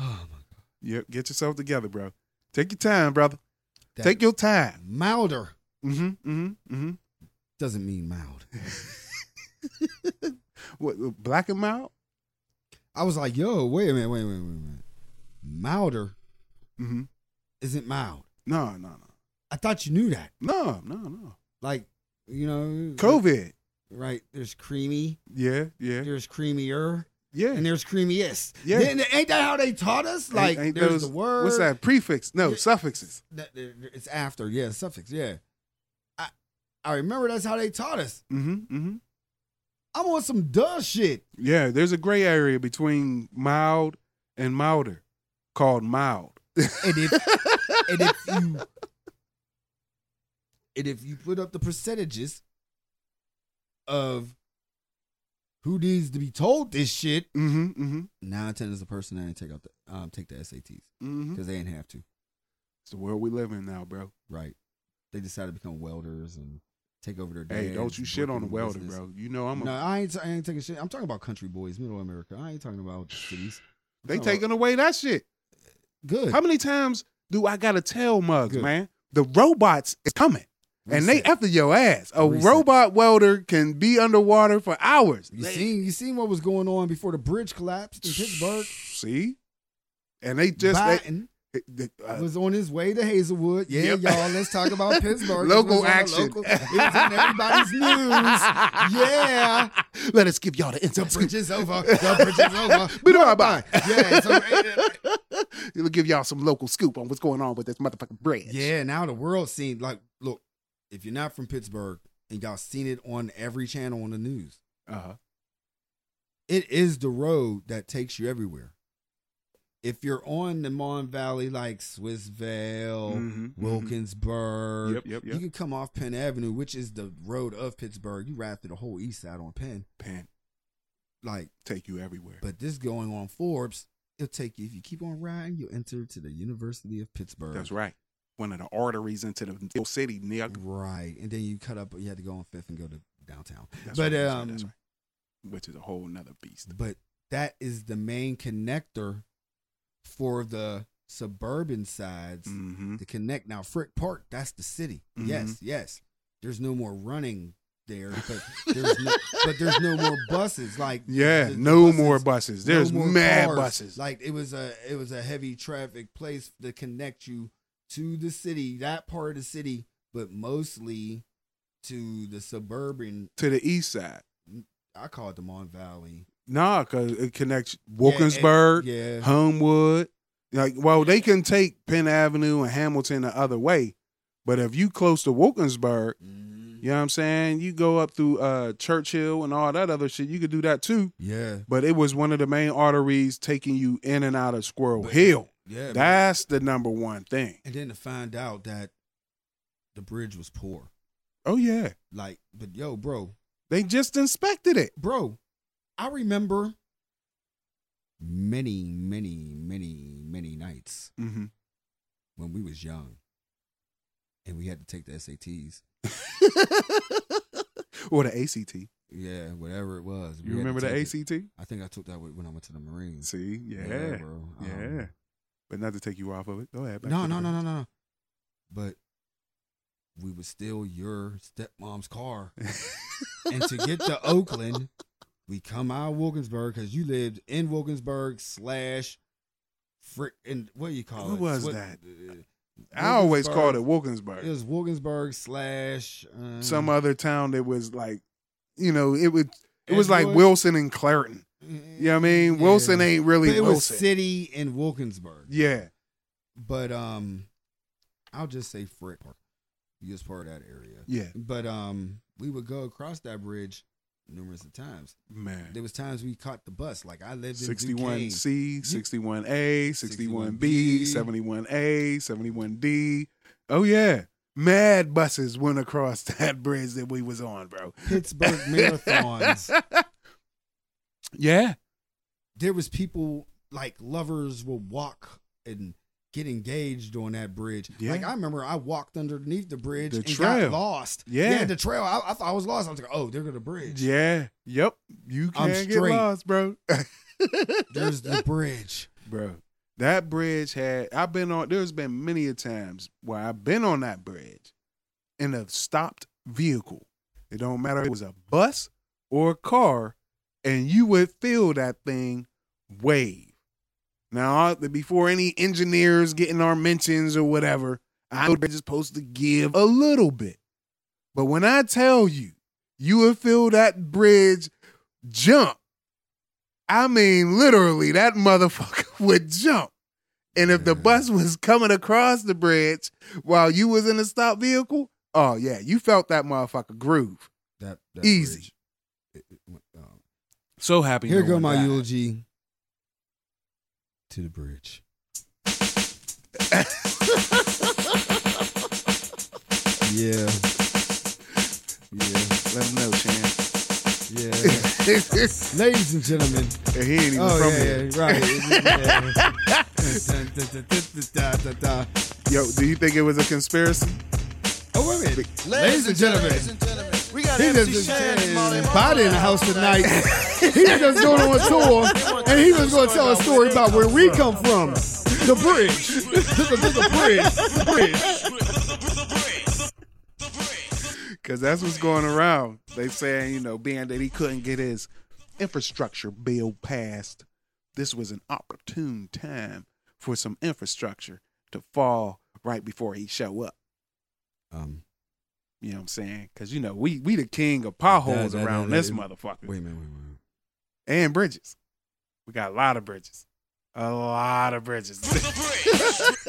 oh my god, Yep, get yourself together, bro. Take your time, brother. That- Take your time. milder Mm-hmm. Mm-hmm. Mm-hmm. doesn't mean mild. What black him out? I was like, yo, wait a minute, wait a minute, wait a minute. Milder Mm-hmm. isn't mild. No, no, no. I thought you knew that. No, no, no. Like, you know, COVID. right? There's creamy, Yeah, yeah, there's creamier, yeah. and there's creamiest. Yeah. Then- ain't that how they taught us? Ain't- Like, ain't those- there's the word. What's that? Prefix? No, Yeah. suffixes. that- there- there- It's after, yeah, suffix, yeah. I I remember that's how they taught us. Mm-hmm. Mm-hmm. I'm on some duh shit. Yeah, there's a gray area between mild and milder, called mild. And if and if you and if you put up the percentages of who needs to be told this shit, Mm-hmm. Mm-hmm. nine out of ten is the person that didn't take out the um take the SATs Mm-hmm. because they didn't have to. It's the world we live in now, bro. Right? They decided to become welders and take over their. Hey, dads don't you and shit work on the in welder, business. bro. You know I'm a. no, I ain't. I ain't taking shit. I'm talking about country boys, middle America. I ain't talking about cities. I'm they talking taking away that shit. about- good. How many times do I gotta tell mugs, Good. man? The robots is coming. And they Reset. after your ass. A Reset. robot welder can be underwater for hours. You They- seen you seen what was going on before the bridge collapsed in Pittsburgh. See? And they just they, Biden they- uh, was on his way to Hazelwood. Yeah, Yep. y'all, let's talk about Pittsburgh. It was local on the action. local- it was on everybody's news. Yeah. Let us give y'all the The inside scoop. bridge is over. The bridge is over. Bit of our bye. Yeah, so, uh, It'll give y'all some local scoop on what's going on with this motherfucking bridge. yeah, now the world seen like look, if you're not from Pittsburgh and y'all seen it on every channel on the news, Uh-huh. it is the road that takes you everywhere. If you're on the Mon Valley like Swissvale, Mhm, mhm. Wilkinsburg, Yep, yep, you yep. can come off Penn Avenue, which is the road of Pittsburgh. You ride through the whole east side on Penn. Pen Like, take you everywhere. but this going on Forbes, it'll take you if you keep on riding, you'll enter to the University of Pittsburgh. That's right. One of the arteries into the Hill city, nigga. Right. And then you cut up you had to go on fifth and go to downtown. That's but right, that's right, um that's right. which is a whole nother beast. but that is the main connector for the suburban sides Mm-hmm. to connect. Now, Frick Park, that's the city. Mhm. Yes, yes. There's no more running there, but there's no, but there's no more buses. Like Yeah, the- the no buses- more buses. no There's more mad cars. buses. Like it was a it was a heavy traffic place to connect you to the city, that part of the city, but mostly to the suburban. to the east side. I call it the Mon Valley, Nah, cause it connects Yeah, and- Wilkinsburg, Yeah, Homewood. Like, well, they can take Penn Avenue and Hamilton the other way, but if you close to Wilkinsburg, Mhm. you know what I'm saying. You go up through uh, Churchill and all that other shit. You could do that too. yeah, But it was one of the main arteries taking you in and out of Squirrel But- Hill. yeah. That's the number one thing. and then to find out that the bridge was poor. Oh yeah, Like, but yo, bro, they just inspected it. bro, I remember many, many, many, many nights Mm-hmm. when we was young and we had to take the SATs. or the ACT. You Yeah, whatever it was. we had to remember the take it. ACT? I think I took that when I went to the Marines. See, yeah, bro. Um, yeah. But not to take you off of it. Go ahead. back No, to no, the- no, no, no, no. But we would steal your stepmom's car. and to get to Oakland, we come out of Wilkinsburg because you lived in Wilkinsburg slash frick and what do you call What it? was What- uh, that? I always called it Wilkinsburg. It was Wilkinsburg slash um, Some other town that was like, you know, it would it was like Edgewood? Wilson and Clareton. You know what I mean? Wilson Yeah. ain't But really it was Wilson. city in Wilkinsburg. yeah. But um, I'll just say frick. You was part of that area. Yeah. But um, we would go across that bridge numerous of times. Man. There was times we caught the bus. Like I lived in 61 Duquesne. 61C, 61A, 61B, 61B, 71A, 71D. Oh yeah. Mad buses went across that bridge that we was on, bro. Pittsburgh marathons. Yeah. There was people like lovers will walk and get engaged on that bridge. Yeah. Like I remember I walked underneath the bridge The and trail. got lost. Yeah. the trail. I, I thought I was lost. I was like, oh, there go the bridge. Yeah. Yep. You I'm can't get straight. lost, bro. There's the bridge. bro. That bridge had I've been on. There's been many a times where I've been on that bridge in a stopped vehicle. It don't matter if it was a bus or a car, and you would feel that thing wave. Now, I- before any engineers getting our mentions or whatever, I know they're just supposed to give a little bit. But when I tell you, you would feel that bridge jump. I mean, literally, that motherfucker would jump. And if the Yeah. bus was coming across the bridge while you was in a stopped vehicle, oh yeah, you felt that motherfucker groove. That, that Easy. bridge. It- it went- um, So happy. Here no go one my died. eulogy to the bridge. yeah. Yeah. Let him know, Chan. Yeah. Ladies and gentlemen. And he ain't even Oh, from yeah, here. yeah, right. Yeah. Yo, do you think it was a conspiracy? oh, wait a minute. Ladies and gentlemen. we got He MC just Shan and Molly is Marley. body in the house tonight. he just going on a tour, and he was going to tell a story about where we come from. The bridge. The, the, the bridge. The bridge. Because that's what's going around. They saying, you know, being that he couldn't get his infrastructure bill passed, this was an opportune time for some infrastructure to fall right before he show up. Um, You know what I'm saying? Because you know we we the king of potholes Nah, nah, around nah, nah, this it- motherfucker wait a minute, wait a minute. and bridges. We got a lot of bridges, a lot of bridges.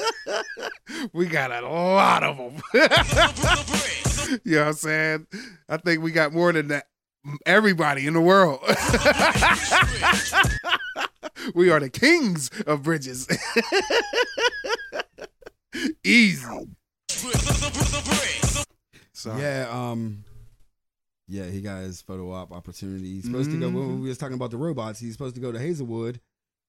we got a lot of them. you know what I'm saying? I think we got more than that. Everybody in the world. we are the kings of bridges. Easy. So Yeah, um, yeah, he got his photo op opportunity. He's supposed to go. When we was talking about the robots, he's supposed to go to Hazelwood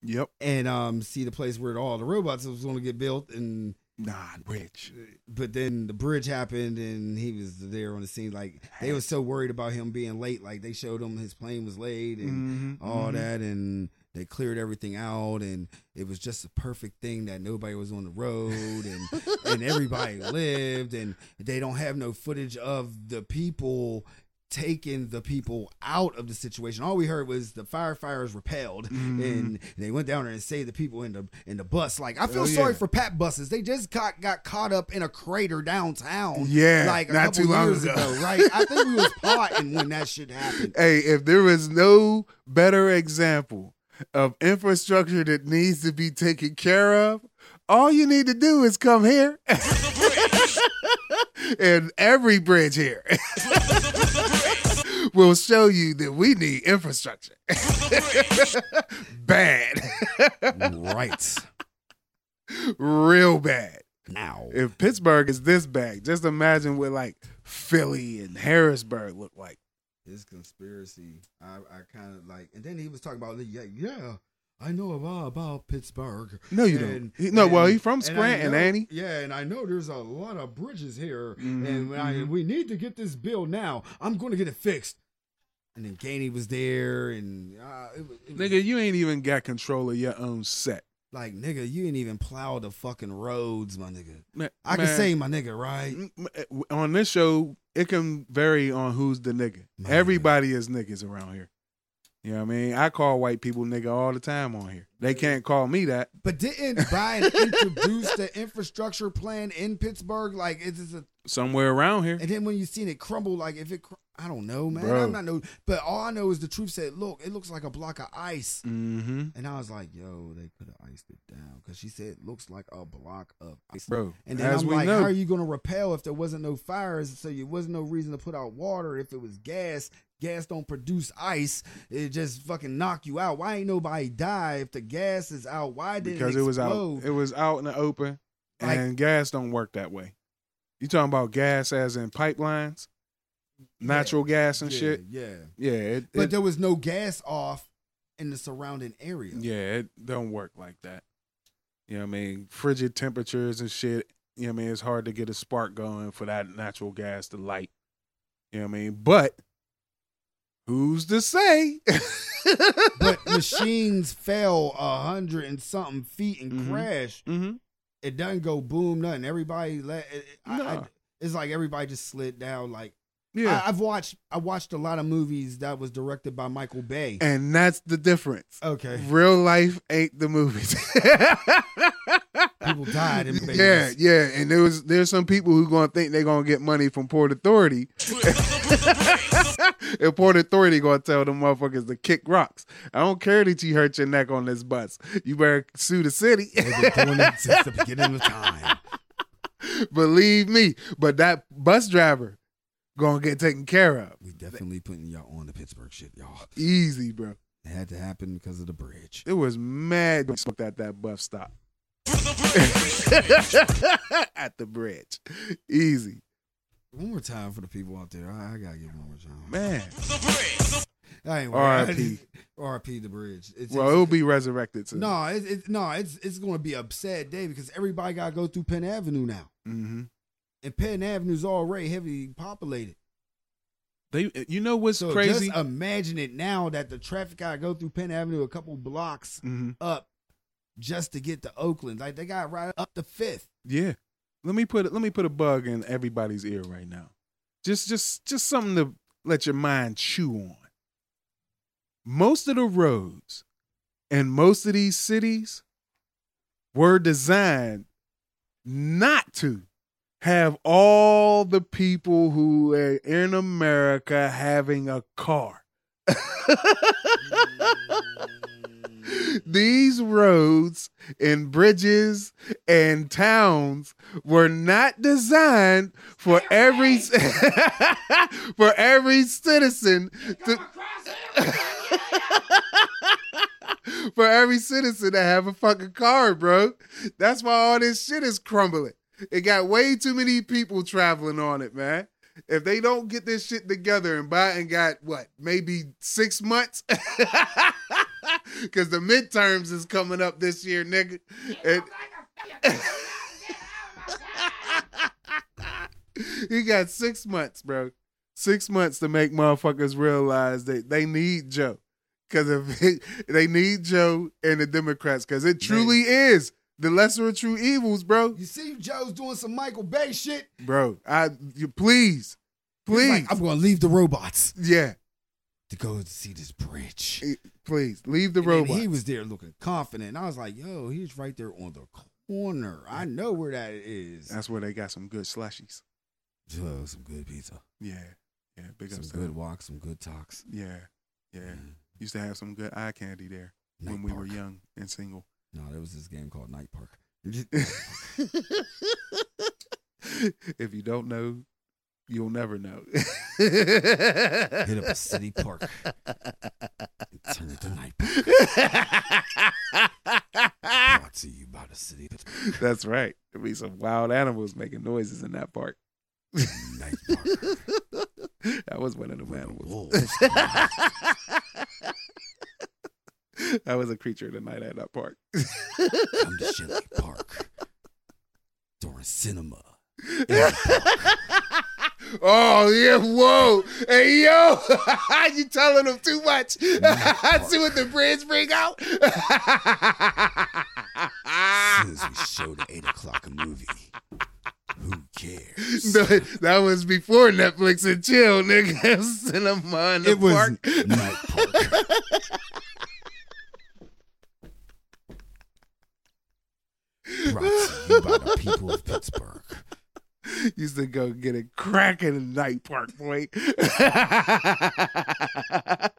Yep. and um see the place where all the robots was going to get built. And Nah, bridge. but then the bridge happened, and he was there on the scene. Like they were so worried about him being late. Like they showed him his plane was late and Mhm, all mhm. that, and they cleared everything out, and it was just a perfect thing that nobody was on the road and and everybody lived and they don't have no footage of the people taking the people out of the situation. All we heard was the firefighters repelled Mm-hmm. and they went down there and saved the people in the in the bus. Like I feel Oh, sorry yeah. for Pat buses. They just got got caught up in a crater downtown. Yeah, Like a not couple too long years ago. ago. right? I think we was plotting when that shit happened. Hey, if there is no better example of infrastructure that needs to be taken care of, all you need to do is come here. and every bridge here will show you that we need infrastructure. bad. right Real bad. now. If Pittsburgh is this bad, just imagine what like Philly and Harrisburg look like. his conspiracy. I, I kind of like, and then he was talking about yeah, yeah. I know about about Pittsburgh. No, you And- don't. He- no, well, he and- from and I Scranton, know- ain't he? Yeah, and I know there's a lot of bridges here, Mhm, and when I, mhm. we need to get this bill now. I'm going to get it fixed. And then Gainey was there, and uh, it, was- it was- Nigga, you ain't even got control of your own set. Like nigga, you didn't even plow the fucking roads, my nigga. Ma- I can man, say my nigga, right? m- m- on this show, it can vary on who's the nigga. Man. Everybody is niggas around here. You know what I mean? I call white people nigga all the time on here. They can't call me that. But didn't Biden introduce the infrastructure plan in Pittsburgh? Like it's just a, Somewhere around here. and then when you seen it crumble, like if it, cr- I don't know, man. Bro. I'm not no, but all I know is the truth said, look, it looks like a block of ice. Mm-hmm. And I was like, yo, they could have iced it down because she said it looks like a block of ice. Bro, And then as I'm we like, know, how are you gonna repel if there wasn't no fires? So there wasn't no reason to put out water. If it was gas, gas don't produce ice. It just fucking knock you out. Why ain't nobody die if the gas is out? Why didn't because it it was explode? out it was out in the open Like- and gas don't work that way you talking about gas as in pipelines natural gas and yeah, shit Yeah, yeah it, but it- there was no gas off in the surrounding area. yeah it don't work like that you know what i mean frigid temperatures and shit you know what i mean it's hard to get a spark going for that natural gas to light you know what i mean but who's to say but machines fell a hundred and something feet and Mhm. crashed. mm-hmm. it doesn't go boom nothing. Everybody let it, I, I- Nah. it's like everybody just slid down. Like yeah I, I've watched I watched a lot of movies that was directed by Michael Bay. and that's the difference Okay, Real life ain't the movies. people died in Vegas. Yeah, yeah, and there was there's some people who gonna think they're gonna get money from Port Authority, and Port Authority gonna tell them motherfuckers to kick rocks. I don't care that you hurt your neck on this bus. You better sue the city. They've been doing it since the beginning of time. Believe me. But that bus driver gonna get taken care of. We definitely putting y'all on the Pittsburgh shit, y'all. Easy, bro. It had to happen because of the bridge. It was mad smoke at that bus stop. at the bridge. Easy. One more time for the people out there. I, I gotta give one more time. Man. I ain't RIP. R.I.P. The bridge. It's, Well, it's- it'll be resurrected soon. no, it's, it's no, it's it's gonna be a sad day because everybody gotta go through Penn Avenue now. Mm-hmm. and Penn Avenue's already heavily populated. They, you know what's So crazy? just imagine it now that the traffic gotta go through Penn Avenue a couple blocks hmm up just to get to Oakland. Like they got right up to Fifth. Yeah. Let me put let me put a bug in everybody's ear right now. Just just just something to let your mind chew on. Most of the roads in most of these cities were designed not to have all the people who are in America having a car. These roads and bridges and towns were not designed for every for every citizen to for every citizen to have a fucking car, bro. That's why all this shit is crumbling. It got way too many people traveling on it, man. If they don't get this shit together and Biden got what, maybe six months? Cause the midterms is coming up this year, nigga. And- he got six months, bro. Six months to make motherfuckers realize that they need Joe. Cause if they need Joe and the Democrats, cause it truly is the lesser of true evils, bro. You see, Joe's doing some Michael Bay shit. Bro, I you, please, He's please, like, I'm gonna leave the robots yeah, to go to see this bridge. eh, please leave the And then robot. He was there looking confident. And I was like, yo, he's right there on the corner. I know where that is. That's where they got some good slushies. Oh, some good pizza. Yeah, yeah, big Some ups. to good them. walks, some good talks. Mm. Yeah, yeah. Used to have some good eye candy there when Night we were Park. young and single. No, there was this game called Night Park. if you don't know, you'll never know. Hit up a city park. and turn it to Night Park. Ah! Brought to you by the city of That's right. There'll be some wild animals making noises in that park. Night Park. That was one of them where the animals. wolves That was a creature of the night at that park. come to Shinley Park. During cinema. Oh yeah, whoa. Hey yo, you telling them too much. Matt See what the friends bring out. As soon as we showed the eight o'clock movie, who cares? No, that was before Netflix and chill, nigga. Cinema in the it was park. Night Park. Brought to you by the people of Pittsburgh. Used to go get it cracking in night park, boy.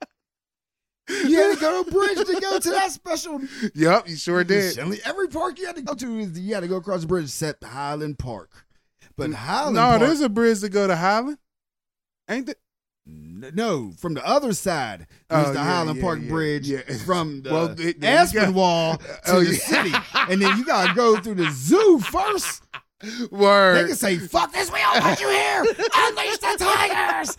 You had to go to a bridge to go to that special. yep, you sure did. Suddenly, Every park you had to go to, is you had to go across the bridge except Highland Park. But Highland no, Park. there's a bridge to go to Highland. Ain't it? N- No, from the other side. There's Oh, the yeah, Highland yeah, Park yeah. Bridge Yeah. from the Well, th- there you Aspen go. Wall to Oh, the yeah. city. And then you got to go through the zoo first. They Word. can say, fuck this, we don't want you here. Unleash the tigers.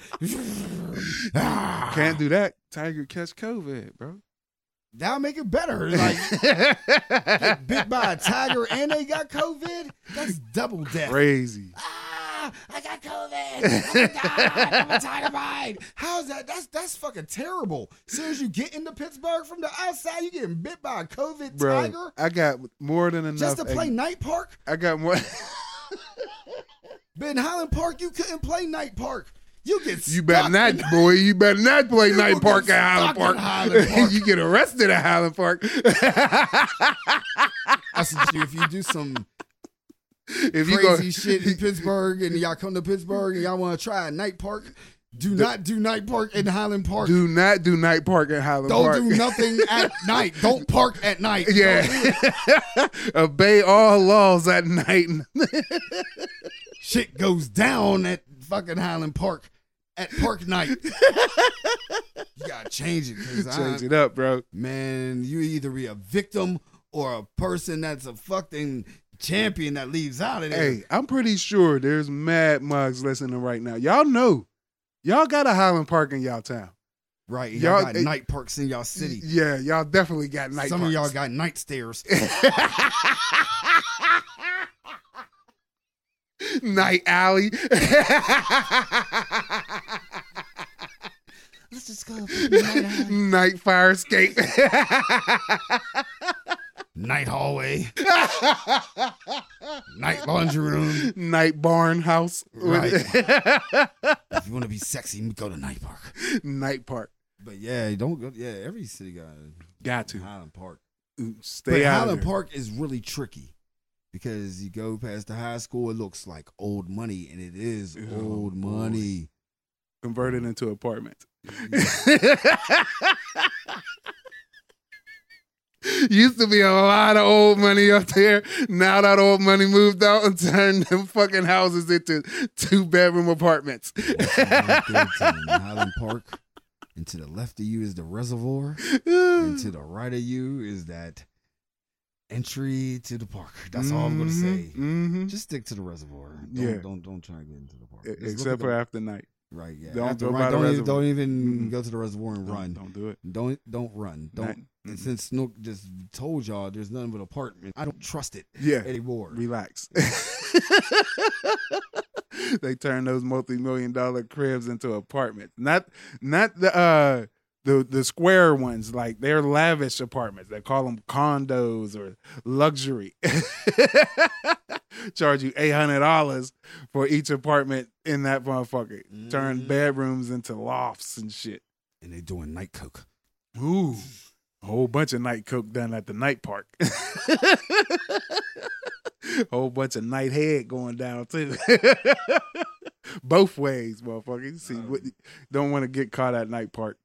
Can't do that. Tiger catch COVID, bro. That'll make it better. Like, get bit by a tiger and they got COVID? That's double death. Crazy. Ah, I got COVID. I died. I'm a tiger bite. How's that? That's that's fucking terrible. soon as you get into Pittsburgh from the outside, you getting bit by a COVID Bro, tiger I got more than enough. just to play night park. I got more. But in Highland Park, you couldn't play night park. You get You better stuck not, in- boy. You better not play You night will park get at Highland stuck Park. in Highland Park. you get arrested at Highland Park. I suggest you if you do some if you go, crazy shit in Pittsburgh and y'all come to Pittsburgh and y'all want to try a night park, do not do night park in Highland Park. do not do night park at Highland Don't Park. do nothing at night. Don't park at night. yeah, obey all laws at night. shit goes down at fucking Highland Park at park night. you gotta change it, 'cause I- Change it up, bro. man. You either be a victim or a person that's a fucking champion that leaves out of there. Hey, I'm pretty sure there's mad mugs listening right now. Y'all know, y'all got a Highland Park in y'all town. right? and Y'all, y'all- got hey, night parks in y'all city. Yeah, y'all definitely got night. Some parks. of y'all got night stairs. Night Alley. Let's just go. Night, Night Fire Escape. night hallway. Night laundry room. Night Barn House. If you want to be sexy, go to night park. Night Park. But yeah, don't go. Yeah, every city got Got to. Highland Park. Stay but out Highland of there. Park is really tricky because you go past the high school, it looks like old money, and it is Ew, old boy. money. Converted into apartments. Used to be a lot of old money up there. Now that old money moved out and turned them fucking houses into two bedroom apartments. Once you walk into Highland Park, and to the left of you is the reservoir, and to the right of you is that entry to the park. That's all I'm gonna say. Mhm. Just stick to the reservoir. Don't, Yeah. don't don't try to get into the park. E- Just look at Except the- for after night. right, yeah. don't After go right- by the don't even, reservoir. don't even Mm. go to the reservoir and Don't- run. Don't do it. Don't don't run. Don't. Night- And Mm-mm. since Snook just told y'all there's nothing but apartment, I don't trust it Yeah. anymore. Relax. they turn those multi-million dollar cribs into apartments. Not not the uh the the square ones like they're lavish apartments. They call them condos or luxury. Charge you eight hundred dollars for each apartment in that motherfucker. Turn Mhm. bedrooms into lofts and shit. And they're doing night coke. Ooh, a whole bunch of night coke done at the night park. whole bunch of night head going down too. Both ways, motherfucker. You see, what, don't want to get caught at night park.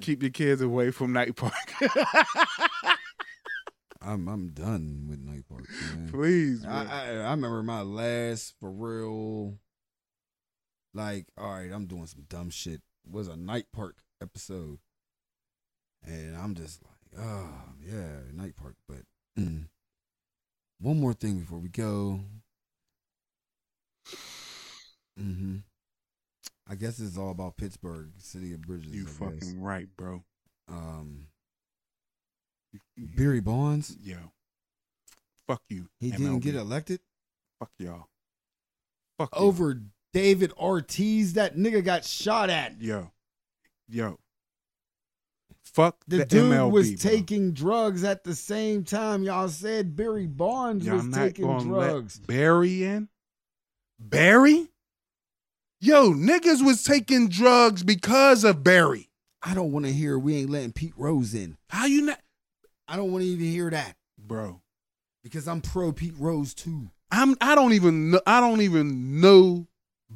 Keep your kids away from night park, I'm I'm done with night park. Man. please. I, man. I I remember my last for real. Like, all right, I'm doing some dumb shit. Was a night park episode, and I'm just like, oh yeah, night park. But mm. one more thing before we go. Mm-hmm. I guess it's all about Pittsburgh, city of bridges. you I guess. fucking right, bro. um, Barry Bonds. Yo, fuck you. He didn't MLB. get elected Fuck y'all. Fuck you. over David Ortiz. That nigga got shot at. Yo, yo. Fuck The, the, dude MLB. was bro. taking drugs at the same time. Y'all said Barry Bonds Y'all was not taking gonna let drugs. Barry in? Barry? Yo, niggas was taking drugs because of Barry. I don't want to hear we ain't letting Pete Rose in. How you not? I don't want to even hear that Bro, because I'm pro Pete Rose too. I'm I don't even know I don't even know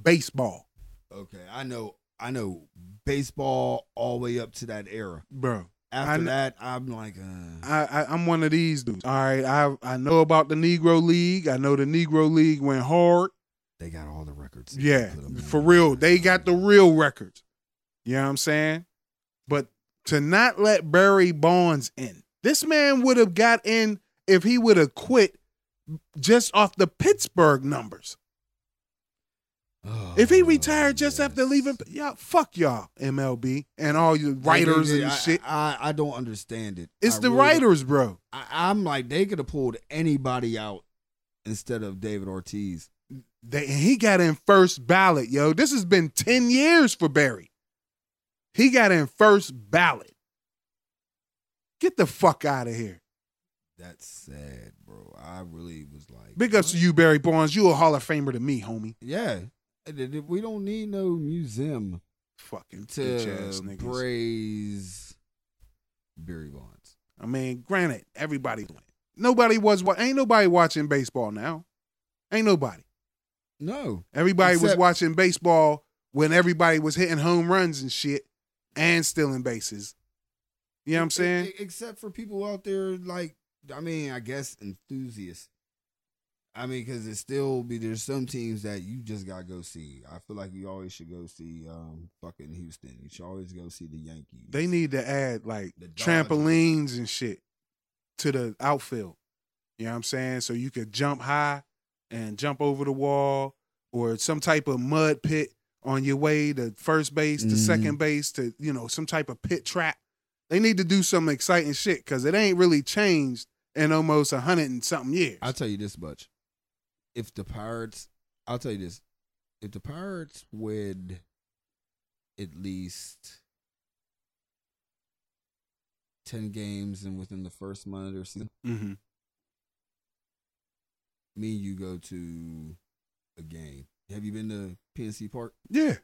baseball, Okay, I know, I know baseball all the way up to that era. bro. I After kn- that, I'm like, uh, I, I I'm one of these dudes. All right, I I know about the Negro League. I know the Negro League went hard. they got all the records. Yeah, Put 'em in. for real. They got the real records. You know what I'm saying? But to not let Barry Bonds in, this man would have got in if he would have quit just off the Pittsburgh numbers. Oh, If he retired just yes. after leaving, y'all, fuck y'all, MLB and all your They writers did- and I- shit. I, I don't understand it. It's I the really don't- writers, bro. I, I'm like, they could have pulled anybody out instead of David Ortiz. They, and he got in first ballot, yo. This has been 10 years for Barry. He got in first ballot. Get the fuck out of here. That's sad, bro. I really was like, Big ups to you, Barry Bonds. You a Hall of Famer to me, homie. Yeah, we don't need no museum. Fucking bitch ass to niggas. praise Barry Bonds. I mean, granted, everybody doing it. Nobody was wa- ain't nobody watching baseball now. Ain't nobody. No, Everybody was Except- watching baseball when everybody was hitting home runs and shit and stealing bases. You know what I'm saying? E-, except for people out there like I mean, I guess enthusiasts. I mean, because it still be there's some teams that you just gotta go see. I feel like you always should go see um fucking Houston. You should always go see the Yankees. They need to add like The Dodgers. trampolines and shit to the outfield. You know what I'm saying? So you could jump high and jump over the wall or some type of mud pit on your way to first base, to Mhm. second base, to, you know, some type of pit trap. They need to do some exciting shit because it ain't really changed in almost a hundred and something years. I'll tell you this much. If the Pirates, I'll tell you this. If the Pirates would at least 10 games and within the first month of their season, Mhm. me and you go to a game. Have you been to PNC Park? Yeah.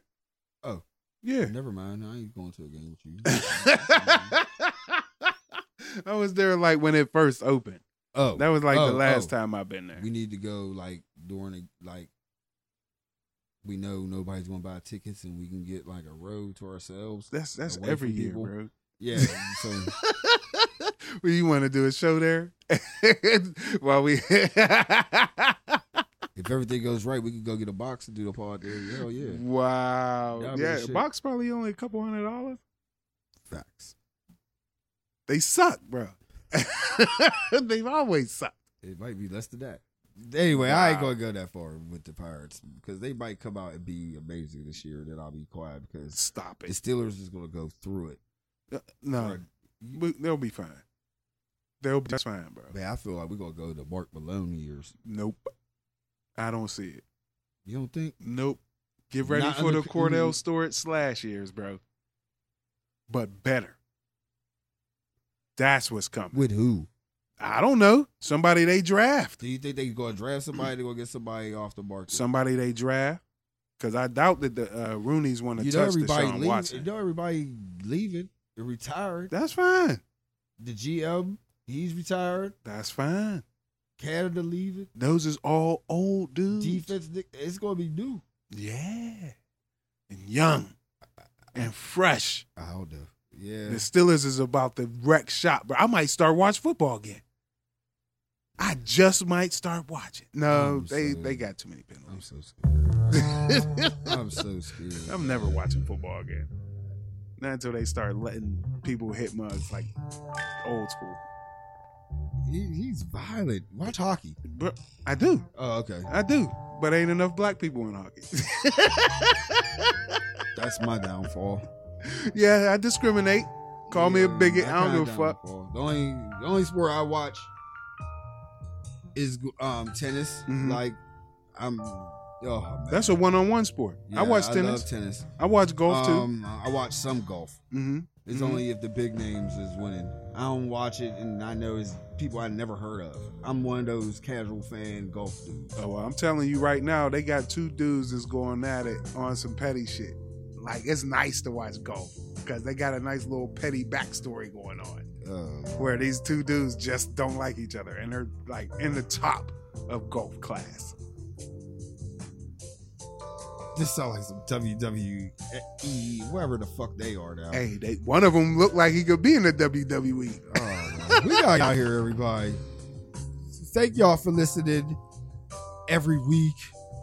Oh. Yeah. Never mind. I ain't going to a game with you. I was there like when it first opened. oh, That was like the Oh, last oh. time I've been there. we need to go like during a, like we know nobody's going to buy tickets and we can get like a row to ourselves. That's that's away every from year, people. bro. Yeah. So well, you want to do a show there while we? If everything goes right, we could go get a box and do the pod there. Hell yeah. Wow. That'd be the yeah, shit. box probably only a couple hundred dollars. Facts. They suck, bro. They've always sucked. It might be less than that. Anyway, I ain't Wow. gonna go that far with the Pirates because they might come out and be amazing this year. Then I'll be quiet because Stop the it. Uh, Steelers is gonna go through it. No, we- they'll be fine. They'll be just fine, bro. Man, I feel like we're gonna go to Mark Malone years. Nope. I don't see it. You don't think? Nope. Get ready Not for under- mm. the Cordell Stewart slash years, bro. But better. That's what's coming. With who? I don't know. Somebody they draft. Do you think they gonna draft somebody? They gonna get somebody off the market? Somebody they draft. Because I doubt that the uh, Rooney's want to you know touch everybody Deshaun leaving. Watson. You know everybody leaving. They're retired. That's fine. The GM, he's retired. That's fine. Canada leaving. Those is all old dudes. Defense, it's gonna be new. Yeah. And young. And fresh. I don't know. Yeah. The Steelers is about to wreck shop, bro. I might start watching football again. I just might start watching. No, I'm they, sorry. they got too many I'm penalties. so scared. I'm I'm so scared. never watching football again. Not until they start letting people hit mugs like old school. He, he's violent. Watch hockey. But I do. Oh, okay. I do. But ain't enough black people in hockey. That's my downfall. yeah, I discriminate. Call me a Yeah, bigot. my I don't kinda give a fuck. downfall. The only the only sport I watch is um tennis. Mhm. Like I'm Oh, man. That's a one-on-one sport. Yeah, I watch tennis. love tennis. I watch golf too. Um, I watch some golf. hmm It's Mhm. only if the big names is winning. I don't watch it, and I know it's people I never heard of. I'm one of those casual fan golf dudes. Oh, well, I'm telling you right now, they got two dudes that's going at it on some petty shit. Like it's nice to watch golf because they got a nice little petty backstory going on Uh, where these two dudes just don't like each other and they're like in the top of golf class. this sounds like some WWE, whatever the fuck they are now. Hey, they, one of them looked like he could be in the E. WWE. Oh, man. we got out here, everybody. Thank y'all for listening every week.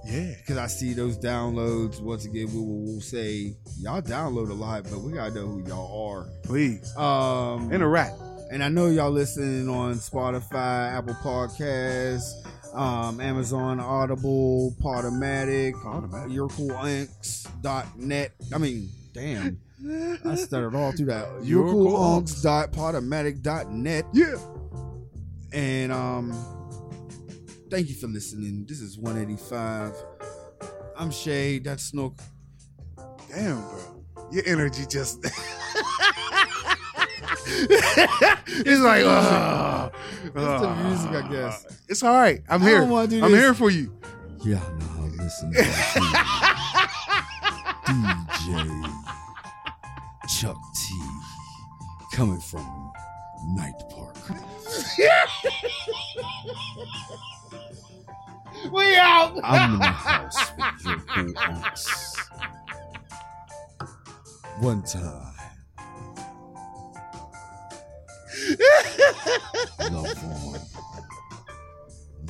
Yeah. Because I see those downloads. Once again, we will we'll say y'all download a lot, but we gotta know who y'all Please are. Um, interact. and I know y'all listening on Spotify, Apple Podcasts, um, Amazon Audible, Podomatic, Podomatic. YourCoolAnks.net. I mean, damn, I stuttered all through that. Your Cool Unks. YourCoolAnks.podomatic.net. Yeah. And um, thank you for listening. This is 185. I'm Shay. That's Snook. Damn, bro. Your energy just. it's like, uh, it's the music, I guess. It's all right. I'm I here. don't wanna do I'm this. here for you. Yeah, I know how to listen to DJ Chuck T coming from Night Park. We out. I'm in the house with your cool aunts. One time. Love on.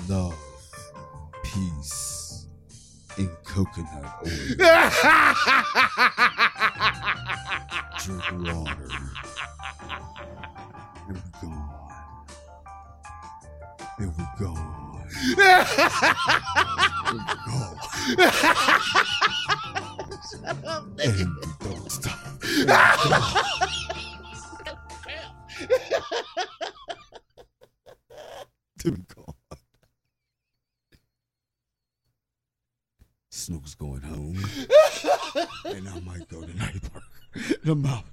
Love. Peace. In coconut oil. Drink water. And we're gone. And we're gone. And we're gone. And we don't stop. Dude, God. Snook's going home. and I might go to Night Park. And I'm out.